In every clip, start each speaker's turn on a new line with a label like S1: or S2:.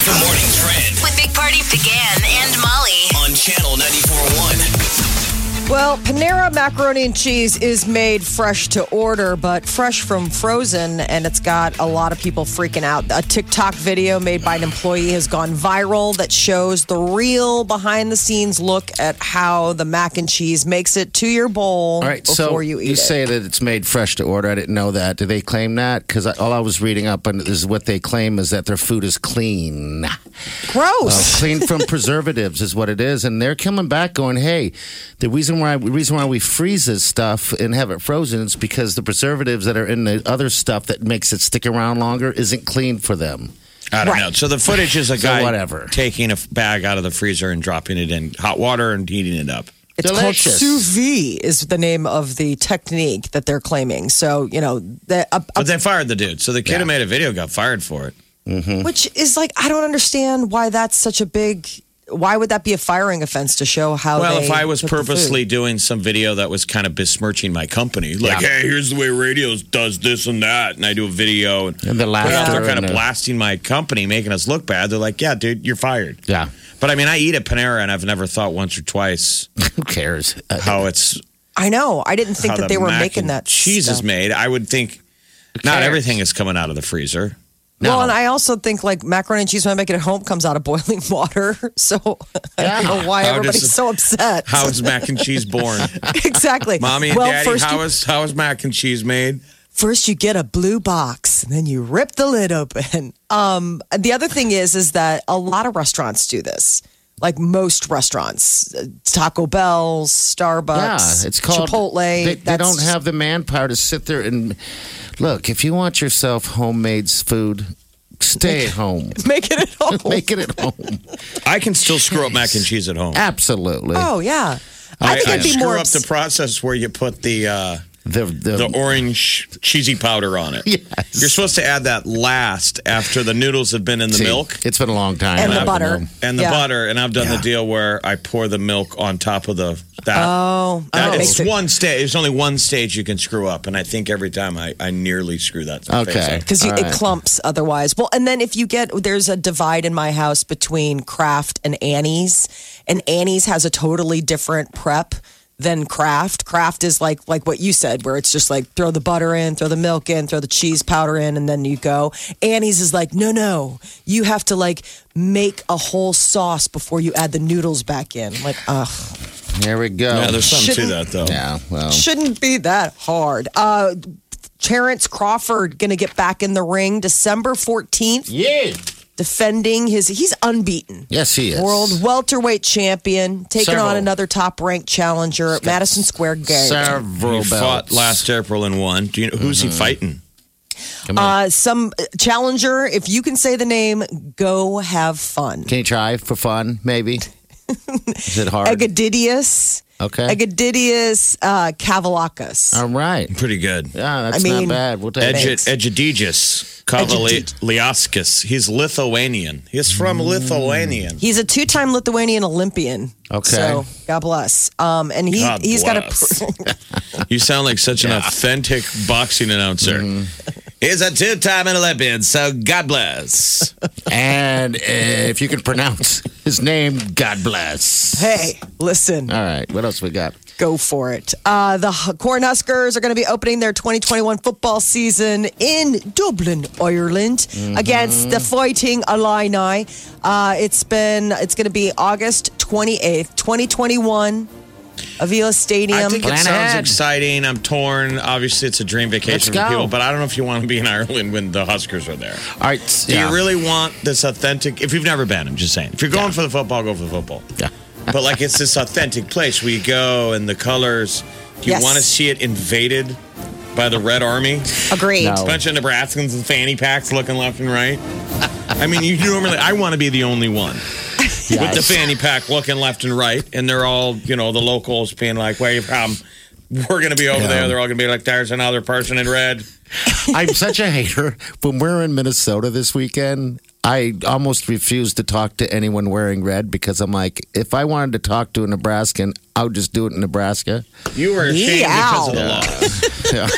S1: The morning trend
S2: with Big Party began and Molly.
S1: on channel 941.
S3: Well, Panera macaroni and cheese is made fresh to order, but fresh from frozen, and it's got a lot of people freaking out. A TikTok video made by an employee has gone viral that shows the real behind the scenes look at how the mac and cheese makes it to your bowl
S4: All right,
S3: before
S4: so
S3: you eat
S4: you
S3: it.
S4: say that it's made fresh to order. I didn't know that. Do they claim that? Because all I was reading up on is what they claim is that their food is clean,
S3: Oh.
S4: Uh,
S3: Gross.
S4: clean from preservatives is what it is, and they're coming back going, "Hey, the reason why the reason why we freeze this stuff and have it frozen is because the preservatives that are in the other stuff that makes it stick around longer isn't clean for them."
S5: I don't know. So the footage is a
S4: So
S5: guy
S4: whatever.
S5: taking a f- bag out of the freezer and dropping it in hot water and heating it up.
S3: It's
S4: Delicious.
S3: called sous vide is the name of the technique that they're claiming. So, you know, the, a, a
S5: But they fired the dude. So the kid
S4: Yeah.
S5: who made a video got fired for it.
S3: Which is like I don't understand why that's such a big. Why would that be a firing offense to show how?
S5: Well,
S3: Oh, they
S5: if I was
S3: cook the food?
S5: purposely doing some video that was kind of besmirching my company, like, hey, here's the way radio does this and that, and I do a video and,
S4: And the
S5: put it out
S4: laughter
S5: there kind
S4: and
S5: of
S4: the-
S5: blasting my company, making us look bad, they're like, yeah, dude, you're fired.
S4: Yeah,
S5: But I mean, I eat at Panera, and I've never thought once or twice
S4: who cares? Uh,
S5: how it's
S3: I know. I didn't think
S5: how
S3: that they
S5: the
S3: were
S5: mac
S3: making
S5: and
S3: that
S5: cheese is
S3: stuff.
S5: made. I would think not
S4: cares?
S5: everything is coming out of the freezer.
S3: Well,
S4: No.
S3: and I also think like macaroni and cheese when I make it at home comes out of boiling water. So I don't know why
S5: How
S3: everybody's
S5: does-
S3: so upset.
S5: How is mac and cheese born?
S3: exactly,
S5: Mommy and
S3: well,
S5: daddy,
S3: first
S5: how
S3: you,
S5: is how is mac and cheese made?
S3: first you get a blue box and then you rip the lid open um, the other thing is is that a lot of restaurants do this like most restaurants Uh, taco bell starbucks
S4: Yeah, it's called
S3: chipotle
S4: They, they
S3: That's
S4: don't
S3: just-
S4: have the manpower to sit there and look. If you want yourself homemade food, stay at home.
S3: make it at all
S4: Make it at home.
S5: I can still screw up mac and cheese at home.
S4: Absolutely.
S3: oh yeah i, think it'd be
S5: screw
S3: more
S5: up the
S3: obs-
S5: process where you put the uh,
S4: The,
S5: the
S4: the,
S5: orange cheesy powder on it.
S4: Yes.
S5: You're supposed to add that last after the noodles have been in the
S4: see,
S5: milk
S4: It's been a long time.
S3: and the
S4: I've been
S3: butter
S4: home.
S5: and the
S3: Yeah.
S5: butter. And I've done the deal where I pour the milk on top of the that.
S3: oh,
S5: That-
S3: oh.
S5: it's
S3: makes it-
S5: one stage. There's only one stage you can screw up, and I think every time I, I nearly screw that. face
S4: Okay.
S5: up.
S3: because
S4: All
S3: it
S4: right.
S3: clumps otherwise. Well, and then if you get there's a divide in my house between Kraft and Annie's, and Annie's has a totally different prep than Kraft. Kraft is like like what you said, where it's just like throw the butter in, throw the milk in, throw the cheese powder in, and then you go. Annie's is like no, no, you have to like make a whole sauce before you add the noodles back in. Like, ugh.
S4: There we go.
S5: Yeah, there's something to
S3: Shouldn't-
S5: that though.
S4: yeah, well,
S3: Shouldn't be that hard. Uh, Terrence Crawford going to get back in the ring December 14th. Yeah. Defending his, he's unbeaten.
S4: yes, he is.
S3: World welterweight champion, taking
S4: Several.
S3: on another top ranked challenger at Madison Square Garden.
S4: Several
S5: He fought
S4: belts.
S5: last April and won. Do you know who's he fighting?
S3: Uh, some challenger, if you can say the name, go have fun.
S4: Can you try for fun? Maybe. is it hard?
S3: Egadidius,
S4: okay.
S3: Egadidius uh, Kavalakis.
S4: All right.
S5: Pretty good.
S4: Yeah,
S3: I
S4: that's
S3: mean,
S4: not bad. We'll take it.
S5: Edge- Egedegis Kavaliauskas. He's Lithuanian. He's from Lithuanian.
S3: He's a two-time Lithuanian Olympian.
S4: Okay.
S3: So God bless. Um, and he
S5: God
S3: he's
S5: bless.
S3: got a.
S5: You sound like such an authentic boxing announcer. He's a two-time Olympian, so God bless.
S4: And uh, if you can pronounce his name, God bless.
S3: hey, listen,
S4: All right, what else we got?
S3: go for it. Uh, the H- Cornhuskers are going to be opening their 2021 football season in Dublin, Ireland,
S5: Mm-hmm.
S3: against the Fighting Illini. Uh, it's been it's going to be August 28th, 2021, Avila
S5: I
S3: Stadium.
S5: think it
S4: Plan
S5: sounds
S4: ahead.
S5: exciting. I'm torn. Obviously, it's a dream vacation
S4: Let's
S5: for
S4: go.
S5: people, but I don't know if you want to be in Ireland when the Huskers are there.
S4: All right,
S5: Do
S4: yeah.
S5: you really want this authentic? If you've never been, I'm just saying. If you're going for the football, go for the football.
S4: Yeah.
S5: but like it's this authentic place where you go and the colors. Do you
S3: Yes.
S5: want to see it invaded by the Red Army?
S3: Agreed.
S4: No.
S5: bunch of Nebraskans and fanny packs looking left and right. I mean, you normally, I want to be the only one. with the
S4: Yes.
S5: fanny pack looking left and right, and they're all you know the locals being like, "Where you from?" We're gonna be over
S4: Yeah.
S5: there. They're all gonna be like, "There's another person in red."
S4: I'm such a hater. When we we're in Minnesota this weekend, I almost refuse to talk to anyone wearing red because I'm like, if I wanted to talk to a Nebraskan, I would just do it in Nebraska.
S5: You were ashamed because of the loss.
S4: Yeah,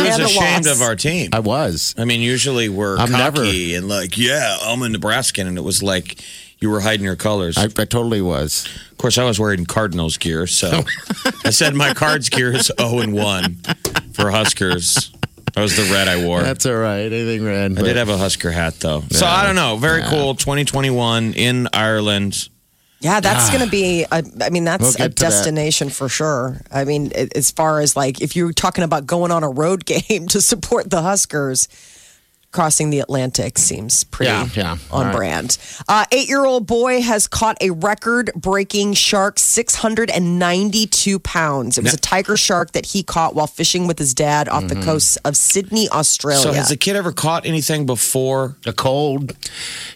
S5: was
S3: And the
S5: ashamed
S3: loss.
S5: of our team.
S4: I was.
S5: I mean, usually we're
S4: I'm
S5: cocky and like, "Yeah, I'm a Nebraskan," and it was like you were hiding your colors.
S4: I, I totally was.
S5: Of course, I was wearing Cardinals gear, so I said my Cards gear is 0 and 1 for Huskers. That was the red I wore.
S4: That's all right. Anything red.
S5: I did have a Husker hat, though. So I don't know. Very cool. 2021 in Ireland.
S3: Yeah, that's going to be, I, I mean, that's
S4: Ah. We'll
S3: a
S4: get to that.
S3: destination for sure. I mean, a- as far as like, if you're talking about going on a road game to support the Huskers, crossing the Atlantic seems pretty
S4: Yeah, yeah.
S3: on
S4: All right.
S3: brand. Uh, Eight year old boy has caught a record breaking shark, 692 pounds. It was a tiger shark that he caught while fishing with his dad off
S4: Mm-hmm.
S3: the coast of Sydney,
S5: So
S3: Australia.
S5: has the kid ever caught anything before?
S4: a cold.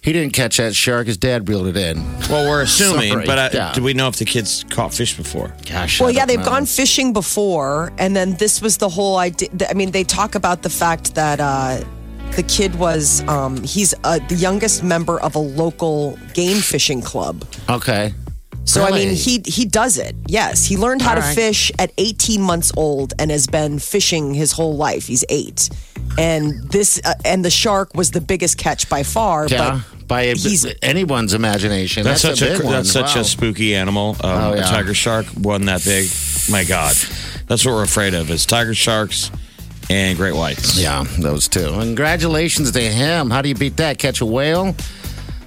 S4: He didn't catch that shark. His dad reeled it in.
S5: Well, we're assuming,
S4: Sorry.
S5: but I,
S4: Yeah.
S5: do we know if the kid's caught fish before?
S4: Gosh.
S3: Well,
S4: I
S3: yeah,
S4: don't
S3: they've
S4: know.
S3: gone fishing before, and then this was the whole idea. I mean, they talk about the fact that uh, the kid was um, he's uh, the youngest member of a local game fishing club.
S4: Okay.
S3: So I mean,
S4: Really?
S3: he he does it. Yes, he learned how to fish at 18 months old and has been fishing his whole life. He's eight, and this uh, and the shark was the biggest catch by far. But
S4: Yeah. By a,
S3: he's-
S4: anyone's imagination. That's,
S5: such
S4: a big one.
S5: that's such
S4: Wow.
S5: a spooky animal. Um,
S4: Oh,
S5: A
S4: yeah.
S5: tiger shark, one that big. My God, that's what we're afraid of: is tiger sharks and great whites.
S4: Yeah, those two. Congratulations to him. How do you beat that? Catch a whale?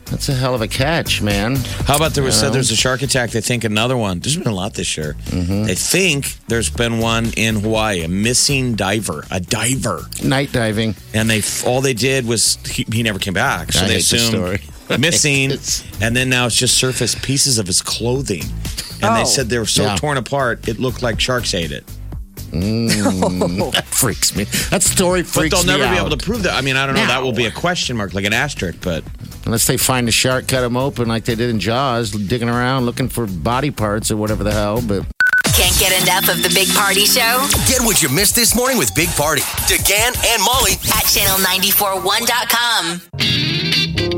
S4: That's a hell of a catch, man.
S5: How about there was said there's a shark attack? They think another one. There's been a lot this year.
S4: Mm-hmm.
S5: They think there's been one in Hawaii, a missing diver, a diver,
S4: Night diving.
S5: and they all they did was he, he never came back. So
S4: I
S5: they
S4: hate this
S5: assumed
S4: story.
S5: missing,
S4: It's-
S5: and then now it's just surfaced pieces of his clothing, and they
S3: Oh.
S5: said they were so
S4: Yeah.
S5: torn apart it looked like sharks ate it.
S4: That freaks me. That story
S5: But
S4: freaks me
S5: they'll never be
S4: out.
S5: able to prove that. I mean, I don't know. That
S4: No.
S5: will be a question mark, like an asterisk. But
S4: Unless they find a shark, cut him open like they did in Jaws, digging around looking for body parts or whatever the hell. But
S2: Can't get enough of the Big Party Show
S1: Get what you missed this morning with Big Party. DeGan and Molly.
S2: at channel941.com.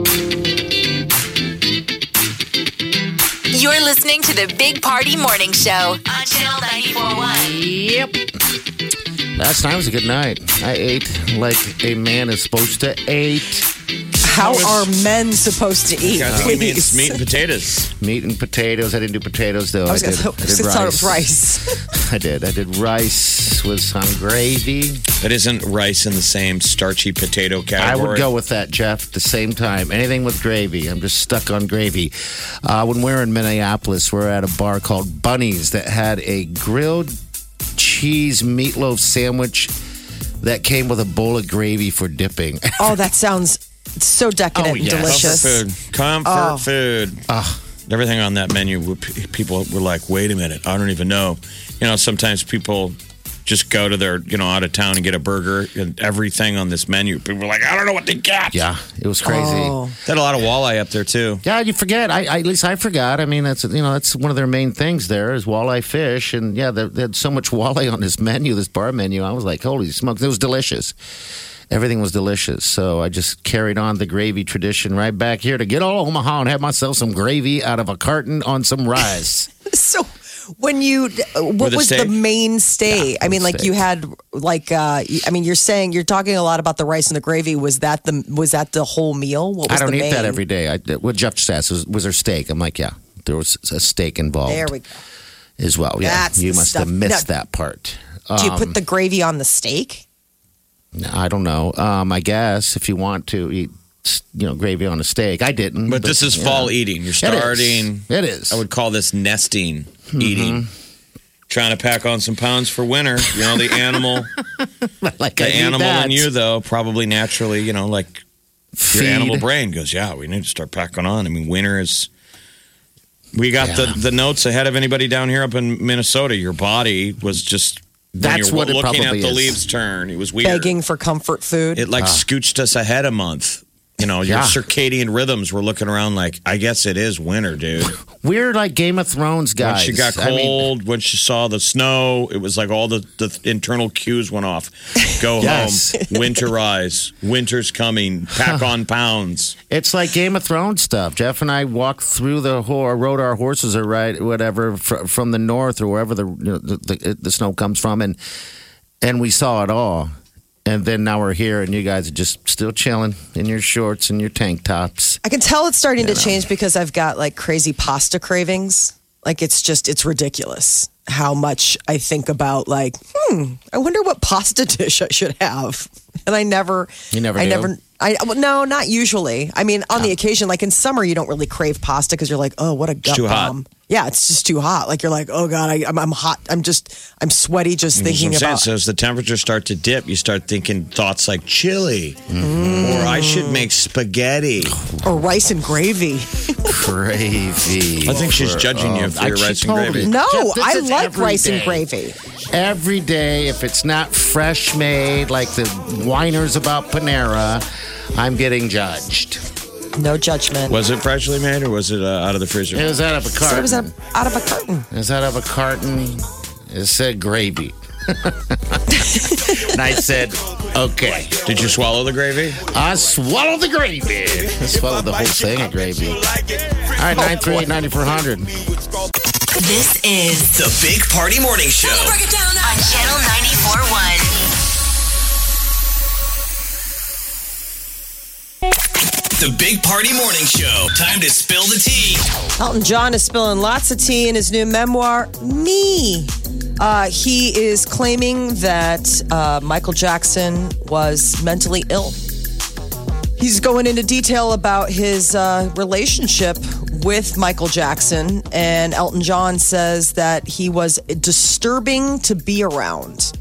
S2: You're listening to the Big Party Morning Show on channel 941.
S4: yep. Last night was a good night. I ate like a man is supposed to eat.
S3: how are men supposed to eat?
S5: I think it means
S3: please?
S5: meat and potatoes.
S4: Meat and potatoes. I didn't do potatoes though. I,
S3: I was
S4: did,
S3: gonna,
S4: I did
S3: thought it was rice.
S4: I did. I did rice with some gravy.
S5: That isn't rice in the same starchy potato
S4: I
S5: category.
S4: would go with that, Jeff. At the same time, anything with gravy. I'm just stuck on gravy. Uh, when we were in Minneapolis, we were at a bar called Bunnies that had a grilled cheese meatloaf sandwich that came with a bowl of gravy for dipping.
S3: Oh, that sounds so decadent
S4: Oh,
S3: and
S4: yes.
S3: delicious.
S5: Comfort food. Comfort
S3: Oh.
S5: food. Everything on that menu, w- p- people were like, wait a minute, I don't even know. You know, sometimes people just go to their, you know, out of town and get a burger and everything on this menu. People are like, I don't know what they got.
S4: yeah, it was crazy.
S3: Oh.
S5: They had a lot of walleye up there, too.
S4: Yeah, you forget. I, I at least I forgot. I mean, that's you know that's one of their main things there is walleye fish, and yeah, they, they had so much walleye on this menu, this bar menu. I was like, holy smokes, it was delicious. Everything was delicious, so I just carried on the gravy tradition right back here to get all Omaha and have myself some gravy out of a carton on some rice.
S3: So, when you, uh, what
S5: With a
S3: was the
S5: steak?
S3: mainstay? I mean, like
S4: steak.
S3: you had, like, uh, I mean, you're saying you're talking a lot about the rice and the gravy. Was that the was that the whole meal? What
S4: I
S3: was
S4: don't
S3: the
S4: eat that
S3: main-
S4: every day. I, uh, what Jeff just asked was, was there steak? I'm like, yeah, there was a steak involved
S3: There we go.
S4: as well. Yeah,
S3: That's
S4: you
S3: the
S4: must
S3: stuff.
S4: have missed
S3: Now-
S4: that part.
S3: Do you
S4: Um,
S3: put the gravy on the steak?
S4: I don't know. Um, I guess if you want to eat, you know, gravy on a steak, I didn't.
S5: But this is
S4: yeah.
S5: fall eating. You're
S4: It is.
S5: starting.
S4: It is.
S5: I would call this nesting eating.
S4: Mm-hmm.
S5: Trying to pack on some pounds for winter. You know, the animal,
S4: like
S5: the
S4: I eat
S5: animal
S4: that.
S5: in you, though, probably naturally, you know, like your
S4: Feed.
S5: animal brain goes, yeah, we need to start packing on. I mean, winter is. We got the, the notes ahead of anybody down here up in Minnesota. Your body was just when
S4: That's
S5: you're
S4: what it
S5: looking at
S4: probably
S5: the
S4: is. Ah.
S5: leaves turn. It was weird.
S3: Begging for comfort food.
S5: It like scooched us ahead a month. You know,
S4: Yeah.
S5: your circadian rhythms were looking around like, I guess it is winter, dude.
S4: We're like Game of Thrones
S5: Once
S4: guys.
S5: she got
S4: I mean,
S5: cold, when she saw the snow, it was like all the, the internal cues went off. Go
S4: Yes.
S5: home, winterize, winter's coming, pack on pounds.
S4: it's like Game of Thrones stuff. Jeff and I walked through the horse, rode our horses or ride whatever fr- from the north or wherever the, you know, the, the the snow comes from, and and we saw it all. And then now we're here, and you guys are just still chilling in your shorts and your tank tops.
S3: I can tell it's starting to change because I've got like crazy pasta cravings. Like it's just it's ridiculous how much I think about like, hmm, I wonder what pasta dish I should have. And I never
S4: You never
S3: I
S4: do?
S3: never I well, no, not usually. I mean, on the occasion like in summer you don't really crave pasta cuz you're like, "Oh, what a gut
S5: too hot.
S3: bomb." Yeah, it's just too hot. Like you're like, "Oh god, I I'm, I'm hot. I'm just I'm sweaty just thinking
S5: That's what I'm
S3: about."
S5: saying. So as the temperatures start to dip, you start thinking thoughts like chili,
S4: Mm-hmm.
S5: or I should make spaghetti.
S3: or rice and gravy.
S4: Crazy.
S5: I think she's judging you for
S4: um, I-
S5: your
S4: she
S5: rice and
S4: totally-
S5: gravy.
S3: No,
S4: Jeff, this
S3: I
S4: is
S3: like
S4: every
S3: rice and
S4: day.
S3: gravy.
S4: every day if it's not fresh made like the whiners about panera i'm getting judged
S3: No judgment.
S5: Was it freshly made or was it uh, out of the freezer?
S4: it was out of a
S3: So
S4: carton
S3: it was a, out of a curtain.
S4: It was out of a carton it said gravy and i said okay
S5: Did you swallow the gravy?
S4: i swallowed the gravy i swallowed the whole thing of gravy all right 938 9400
S2: This is
S1: The Big Party Morning Show.
S2: on Channel 94.1.
S1: The Big Party Morning Show. Time to spill the tea.
S3: Elton John is spilling lots of tea in his new memoir, Me. Uh, he is claiming that uh, Michael Jackson was mentally ill. He's going into detail about his uh, relationship with Michael Jackson, and Elton John says that he was disturbing to be around.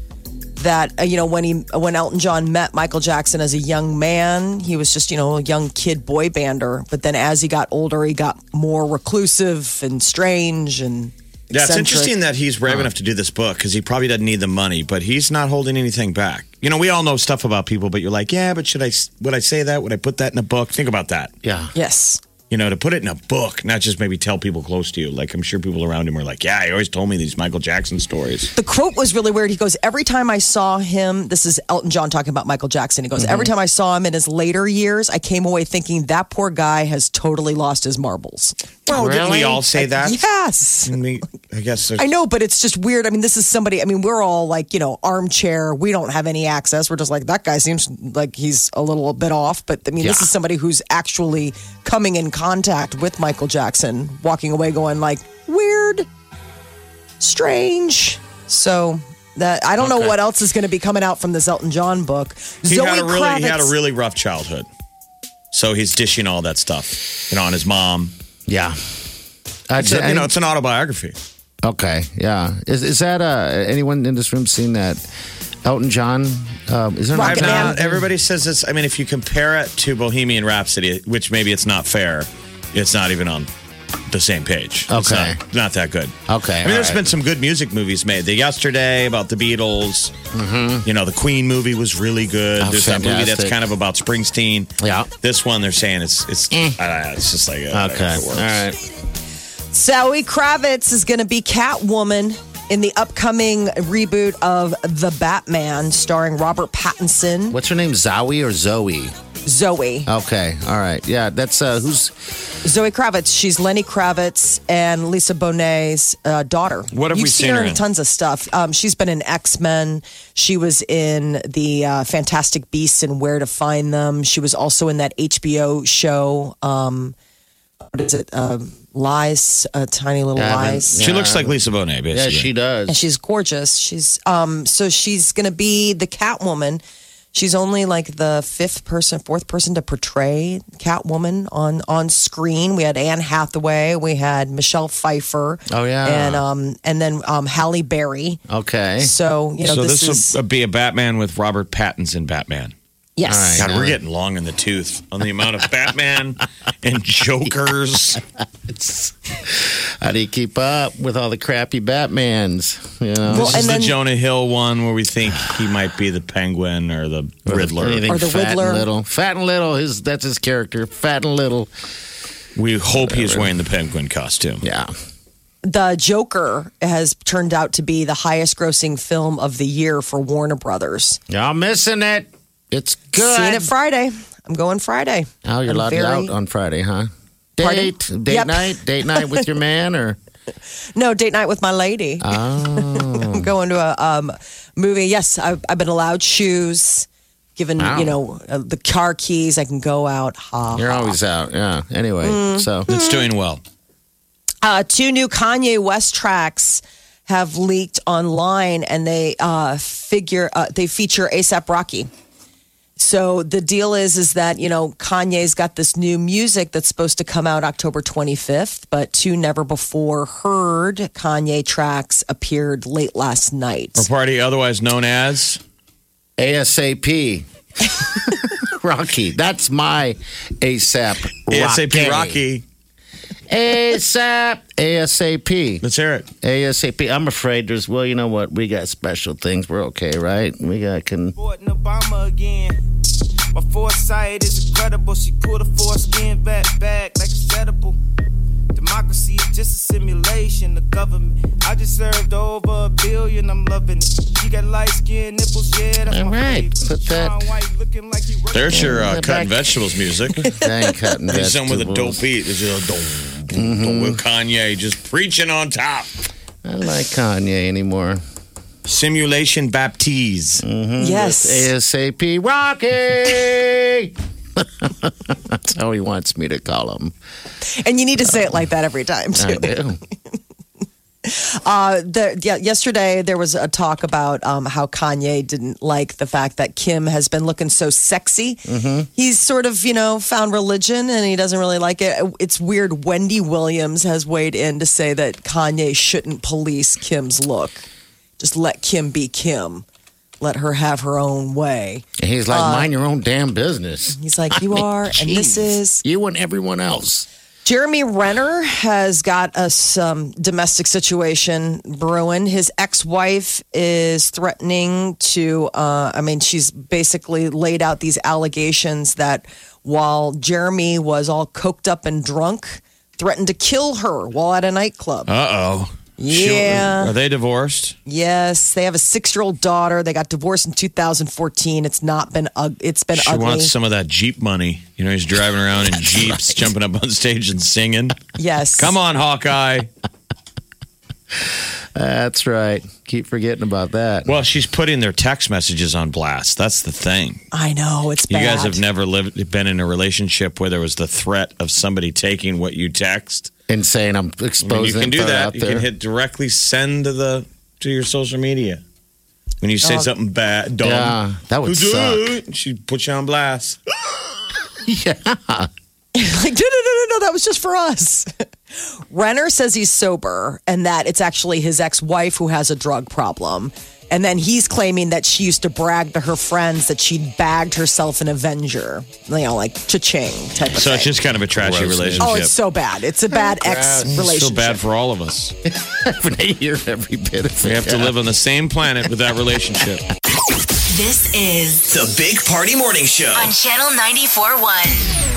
S3: that uh, you know when he when Elton John met Michael Jackson as a young man, he was just you know a young kid boy bander. But then as he got older, he got more reclusive and strange and.
S5: Yeah, it's
S3: eccentric. Uh-huh.
S5: interesting that he's brave enough to do this book because he probably doesn't need the money, but he's not holding anything back. You know, we all know stuff about people, but you're like, yeah, but should I? Would I say that? Would I put that in a book? Think about that.
S4: yeah
S3: Yes.
S5: You know, to put it in a book, not just maybe tell people close to you. Like I'm sure people around him are like, yeah, he always told me these Michael Jackson stories.
S3: The quote was really weird. He goes, Every time I saw him, this is Elton John talking about Michael Jackson. He goes, Every time I saw him in his later years, I came away thinking that poor guy has totally lost his marbles.
S5: Well, didn't we
S4: Really?
S5: all say that?
S3: Yes.
S5: I mean, I guess there's
S3: I know, but it's just weird. I mean, this is somebody. I mean, we're all like, you know, armchair. We don't have any access. We're just like that guy seems like he's a little bit off. But I mean, this
S4: Yeah.
S3: is somebody who's actually coming in contact with Michael Jackson, walking away going like weird, strange. So that I don't know what else is going to be coming out from this Elton John book.
S5: he had a really he had a really rough childhood, so he's dishing all that stuff, you know, on his mom.
S4: yeah I'd
S5: So,
S4: say-
S5: you know, it's an autobiography.
S4: Okay, yeah. Is is that uh, anyone in this room seen that Elton John? Um, is there
S5: I've
S3: Rocket
S4: an-
S3: Man.
S5: not. Everybody says this. I mean, if you compare it to Bohemian Rhapsody, which maybe it's not fair, it's not even on the same page. It's
S4: Okay.
S5: not, not that good.
S4: Okay,
S5: I mean, there's
S4: all right.
S5: been some good music movies made. The Yesterday about the Beatles. You know, the Queen movie was really good.
S4: Mm-hmm. Oh,
S5: there's that movie that's
S4: fantastic.
S5: kind of about Springsteen.
S4: Yeah. Eh.
S5: This one they're saying it's it's I don't know, it's just like uh,
S4: Okay,
S5: it
S4: all
S5: works.
S4: right.
S3: Zoe Kravitz is going to be Catwoman in the upcoming reboot of The Batman, starring Robert Pattinson.
S4: What's her name? Zowie or Zoe?
S3: Zoe.
S4: Okay, all right. Yeah, that's uh, who's
S3: Zoe Kravitz. She's Lenny Kravitz and Lisa Bonet's uh, daughter.
S5: What have
S3: You've
S5: we seen her in?
S3: Tons of stuff. Um, she's been in X Men. She was in the uh, Fantastic Beasts and Where to Find Them. She was also in that HBO show. Um, what is it? Um lies, uh, tiny little
S4: Yeah, I haven't-
S3: lies.
S4: yeah.
S5: She looks like Lisa Bonet, basically.
S4: yeah, she
S3: and
S4: does.
S3: she's gorgeous. She's um so she's gonna be the Catwoman. She's only like the fifth person, fourth person to portray Catwoman on on screen. We had Anne Hathaway, we had Michelle Pfeiffer,
S4: Oh, yeah.
S3: and um and then um Halle Berry.
S4: Okay,
S3: So you know
S5: so
S3: this,
S5: this,
S3: is
S5: will be a Batman with Robert Pattinson Batman.
S3: yes.
S4: All
S5: God, we're getting long in the tooth on the amount of Batman and Jokers.
S4: How do you keep up with all the crappy Batmans? You know,
S3: Well,
S5: This is
S3: and then-
S5: the Jonah Hill one where we think he might be the Penguin or the Riddler.
S4: Anything
S3: Or the
S4: fat
S3: Riddler.
S4: and little, fat and little. His that's his character, fat and little.
S5: We hope he's wearing the Penguin costume.
S4: Yeah,
S3: The Joker has turned out to be the highest grossing film of the year for Warner Brothers.
S4: y'all missing it. It's good.
S3: Seeing it Friday. I'm going Friday.
S4: oh, you're
S3: I'm
S4: allowed
S3: very-
S4: out on Friday, huh?
S3: Pardon?
S4: Date, date
S3: Yep.
S4: night, date night with your man, or
S3: No, date night with my lady. I'm going to a um, movie. Yes, I've, I've been allowed shoes, given
S4: Wow.
S3: you know uh, the car keys. I can go out. Ha.
S4: you're always out. Yeah. Anyway,
S3: Mm.
S4: so
S5: It's doing well.
S3: Uh, two new Kanye West tracks have leaked online, and they uh, figure uh, they feature ASAP Rocky. So the deal is is that you know Kanye's got this new music that's supposed to come out October 25th, but two never before heard Kanye tracks appeared late last night.
S5: Or party otherwise known as
S4: ASAP. Rocky. That's my ASAP.
S5: ASAP Rocky.
S4: ASAP. ASAP.
S5: Let's hear it.
S4: ASAP. I'm afraid there's, well, you know what? We got special things. We're okay, right? We got, can,
S6: Ford and Obama again. My foresight is incredible. She pulled a foreskin back back like it's edible. Democracy is just a simulation. The government. I just served over a billion. I'm loving it. She got light skin nipples. Yeah, that's
S4: All
S6: my
S4: right,
S6: favorite.
S4: put that-
S6: Sean White looking like he working-
S5: There's your uh,
S4: Yeah,
S5: cut and
S4: back-
S5: vegetables music.
S4: dang cutting
S5: He's
S4: vegetables.
S5: done with a dope beat. It's just a dom, dom,
S3: Mm-hmm.
S5: dom, with Kanye just preaching on top.
S4: I like Kanye anymore.
S5: Simulation Baptiste.
S3: yes,
S4: ASAP Rocky. That's how he wants me to call him.
S3: and you need to say it like that every time too.
S4: I do.
S3: Uh, the, yeah, yesterday there was a talk about um, how Kanye didn't like the fact that Kim has been looking so sexy. He's sort of, you know, found religion and he doesn't really like it. It's weird. Wendy Williams has weighed in to say that Kanye shouldn't police Kim's look. Just let Kim be Kim. Let her have her own way.
S4: And he's like,
S5: Uh,
S4: mind your own damn business.
S3: He's like, you are, and this is
S4: You and everyone else.
S3: Jeremy Renner has got a some domestic situation brewing. His ex-wife is threatening to. Uh, I mean, she's basically laid out these allegations that while Jeremy was all coked up and drunk, threatened to kill her while at a nightclub.
S5: Uh oh.
S3: yeah.
S5: Are they divorced?
S3: Yes, they have a six-year-old daughter. They got divorced in 2014. It's not been. Ug- it's been
S5: She
S3: ugly.
S5: wants some of that Jeep money. You know, he's driving around in Jeeps, jumping up on stage and singing.
S3: yes.
S5: Come on, Hawkeye.
S4: That's right. Keep forgetting about that.
S5: Well, she's putting their text messages on blast. That's the thing.
S3: I know it's
S5: You
S3: bad.
S5: guys have never lived, been in a relationship where there was the threat of somebody taking what you text.
S4: and saying I'm
S5: I mean, you
S4: exposing
S5: can do
S4: throw it
S5: that.
S4: out
S5: You
S4: there.
S5: can hit directly send to the to your social media when you
S3: Oh.
S5: say something bad. Dumb,
S4: Yeah, that would suck.
S5: She puts you on blast.
S3: like, no, no, no, no, no, that was just for us. Renner says he's sober and that it's actually his ex wife who has a drug problem. And then he's claiming that she used to brag to her friends that she'd bagged herself an Avenger, you know, like cha-ching type of
S5: So
S3: thing.
S5: it's just kind of a trashy relationship.
S3: oh, it's so bad. It's a bad ex
S5: It's so
S3: relationship.
S5: bad for all of us.
S4: They hear every bit of it.
S5: We have to live on the same planet with that relationship.
S2: This is
S1: The Big Party Morning Show.
S2: on Channel 94.1.